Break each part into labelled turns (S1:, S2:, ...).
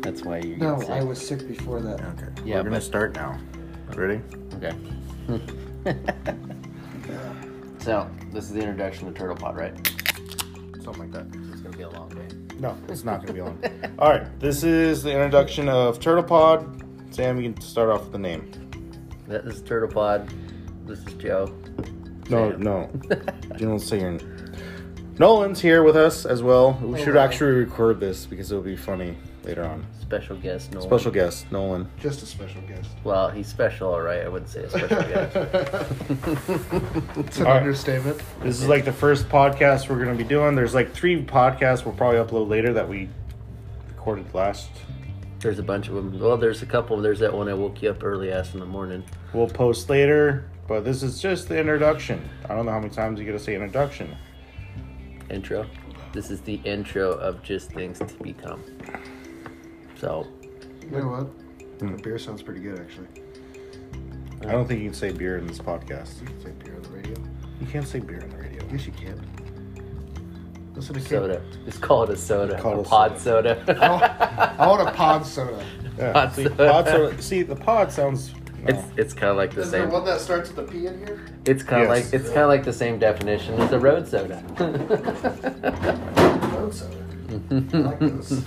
S1: That's why you.
S2: No,
S1: get
S2: I
S1: sick.
S2: was sick before that.
S3: Okay.
S1: Yeah,
S3: We're gonna
S1: but-
S3: start now. Ready?
S1: Okay. so this is the introduction to Turtle Pod, right?
S3: Something like that.
S1: It's gonna be a long day.
S3: No, it's not gonna be long. All right. This is the introduction of Turtle Pod. Sam, you can start off with the name.
S1: That is Turtle Pod. This is Joe.
S3: No,
S1: Sam.
S3: no. you don't say your. Nolan's here with us as well. We should
S1: Oh, wow.
S3: actually record this because it'll be funny later on.
S1: Special guest Nolan.
S3: Special guest Nolan.
S2: Just a special guest.
S1: Well, he's special, all right. I wouldn't say a special guest.
S2: It's an
S3: All right.
S2: understatement.
S3: This is like the first podcast we're gonna be doing. There's like three podcasts we'll probably upload later that we recorded last.
S1: There's a bunch of them. Well, there's a couple. There's that one I woke you up early ass in the morning.
S3: We'll post later, but this is just the introduction. I don't know how many times you gotta say introduction.
S1: Intro. This is the intro of just things to become. So
S2: You know what?
S1: Hmm.
S2: The beer sounds pretty good, actually.
S3: I don't think you can say beer in this podcast.
S2: You can say beer on the radio.
S3: You can't say beer on the radio.
S2: Yes, you can. Listen to Kid-
S1: soda. Just call it a soda.
S3: Call it
S1: a
S3: a
S1: pod soda.
S2: I want, I want a pod soda.
S3: Yeah,
S1: Pod
S3: see,
S1: soda.
S3: pod soda- see, the pod sounds. no.
S1: It's it's kind of like the
S2: Is there
S1: same.
S2: one that starts with a P in here?
S1: It's kind of
S3: Yes.
S1: like it's kind of like the same definition as a road soda.
S2: Road soda. I like those.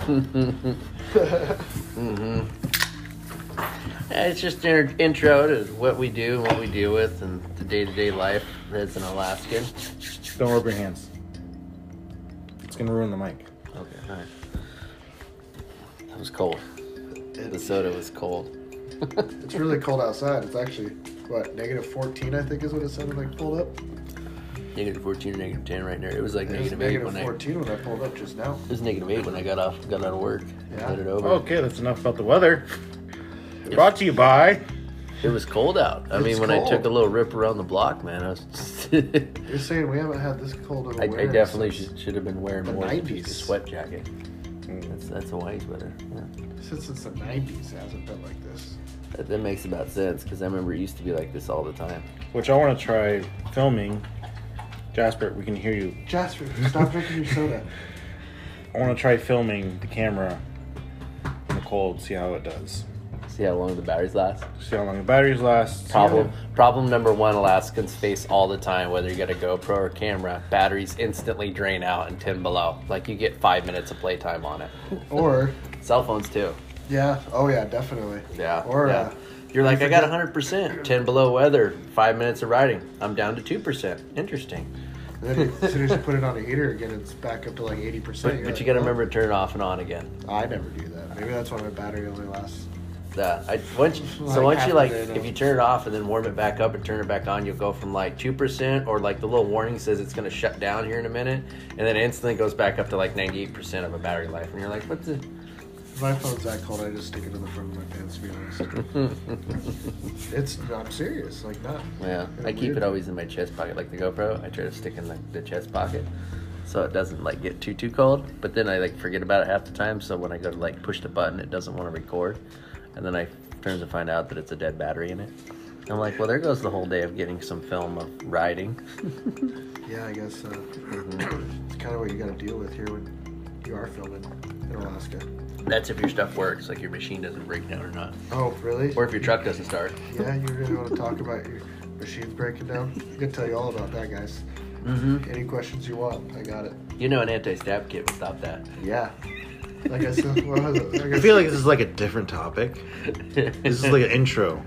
S1: it's just your intro to what we do and what we deal with and the day to day life as an Alaskan.
S3: Don't rub your hands. It's gonna ruin the mic.
S1: Okay, all right. That was cold. The soda was cold.
S2: It's really cold outside. It's actually, what, negative 14, I think is what it sounded like pulled up?
S1: Negative fourteen or negative ten right there. It was like
S2: It was
S1: negative eight
S2: negative
S1: when I.
S2: 14 when I pulled up just now.
S1: It was negative eight when I got off, got out of work,
S2: Yeah. Oh.
S1: headed over.
S3: Okay, that's enough about the weather. Brought to you by.
S1: It was cold out. I
S2: It's
S1: mean, when I
S2: cold.
S1: took a little rip around the block, man, I was.
S2: You're saying we haven't had this cold of a
S1: I, I
S2: winter
S1: definitely
S2: since,
S1: should, should have been wearing
S2: The Mm.
S1: more than
S2: 90s.
S1: just a sweat jacket. That's that's Hawaii's weather. Yeah.
S2: since it's the 90s. It hasn't been like this.
S1: That, that makes about sense because I remember it used to be like this all the time.
S3: Which I want to try filming. Jasper, we can hear you.
S2: Jasper, stop drinking your soda.
S3: I want to try filming the camera in the cold, see how it does.
S1: See how long the batteries last.
S3: See how long the batteries last. see how-
S1: Problem problem number one Alaskans face all the time, whether you got a GoPro or camera, batteries instantly drain out in ten below. Like you get five minutes of playtime on it.
S2: Or,
S1: Cell phones too.
S2: yeah, oh yeah, definitely.
S1: Yeah.
S2: Or,
S1: yeah.
S2: Uh,
S1: you're like, I got 100%, 10 below weather, five minutes of riding. I'm down to 2%. Interesting.
S2: then you, as soon as you put it on a heater again, it's back up to like 80%.
S1: But,
S2: You're
S1: but
S2: like,
S1: you got to
S2: "Oh."
S1: remember to turn it off and on again.
S2: I never do that. Maybe that's why my battery only lasts.
S1: Yeah, I, once you,
S2: Like
S1: so once
S2: half
S1: you
S2: a
S1: like,
S2: day now.
S1: if you turn it off and then warm it back up and turn it back on, you'll go from like two percent or like the little warning says it's gonna shut down here in a minute, and then instantly goes back up to like ninety eight percent of a battery life, and you're like, what the?
S2: If my phone's that cold, I just stick it in the front of my pants, to be honest. it's, I'm serious. Like, not.
S1: Yeah, I keep it always in my chest pocket, like the GoPro. I try to stick in like the chest pocket, so it doesn't like get too too cold. But then I like forget about it half the time. So when I go to like push the button, it doesn't want to record, and then I turn to find out that it's a dead battery in it. I'm like, well, there goes the whole day of getting some film of riding.
S2: Yeah, I guess uh, it's kind of what you got to deal with here when you are filming in Alaska.
S1: That's if your stuff works, like your machine doesn't break down or not,
S2: Oh, really?
S1: or if your truck doesn't start.
S2: Yeah, you really want to talk about your machines breaking down? I can tell you all about that, guys.
S1: Mm-hmm.
S2: Any questions you want, I got it.
S1: You know, an anti-stab kit would stop that.
S2: Yeah. Like I said, what was it? Like I
S3: I feel
S2: said-
S3: like this is like a different topic. This is like an intro.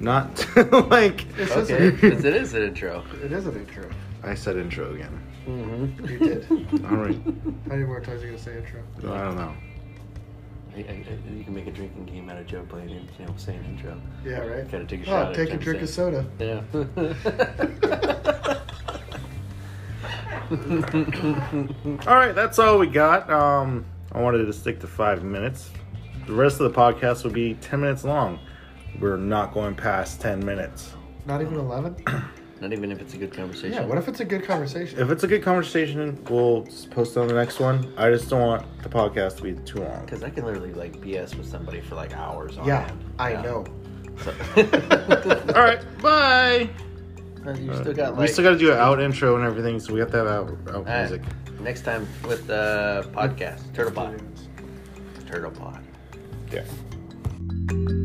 S3: Not like.
S2: This is
S1: okay,
S2: an-
S1: because it is an intro.
S2: it is an intro.
S3: I said intro again.
S1: Mm-hmm.
S2: You did. How
S3: All right.
S2: many more times are you going to say intro?
S3: No, I don't know.
S1: you can make a drinking game out of Joe playing, you know, saying intro.
S2: Yeah, right?
S1: Gotta take a shot
S2: oh,
S1: at
S2: take a
S1: Jim's
S2: drink of
S1: thing.
S2: soda.
S1: Yeah.
S3: All right, that's all we got. Um, I wanted to stick to five minutes. The rest of the podcast will be ten minutes long. We're not going past ten minutes.
S2: Not even 11?
S1: Not even if it's a good conversation.
S2: Oh. Yeah, what if it's a good conversation?
S3: If it's a good conversation, we'll just post it on the next one. I just don't want the podcast to be too long.
S1: Because I can literally like BS with somebody for like hours on
S2: yeah,
S1: end.
S2: I know.
S1: So-
S3: All right, bye.
S1: you still got like.
S3: we still got to do an out intro and everything, so we have to have out, out
S1: All right,
S3: music.
S1: Next time with the podcast, Turtle Pod. Turtle Pod.
S3: there.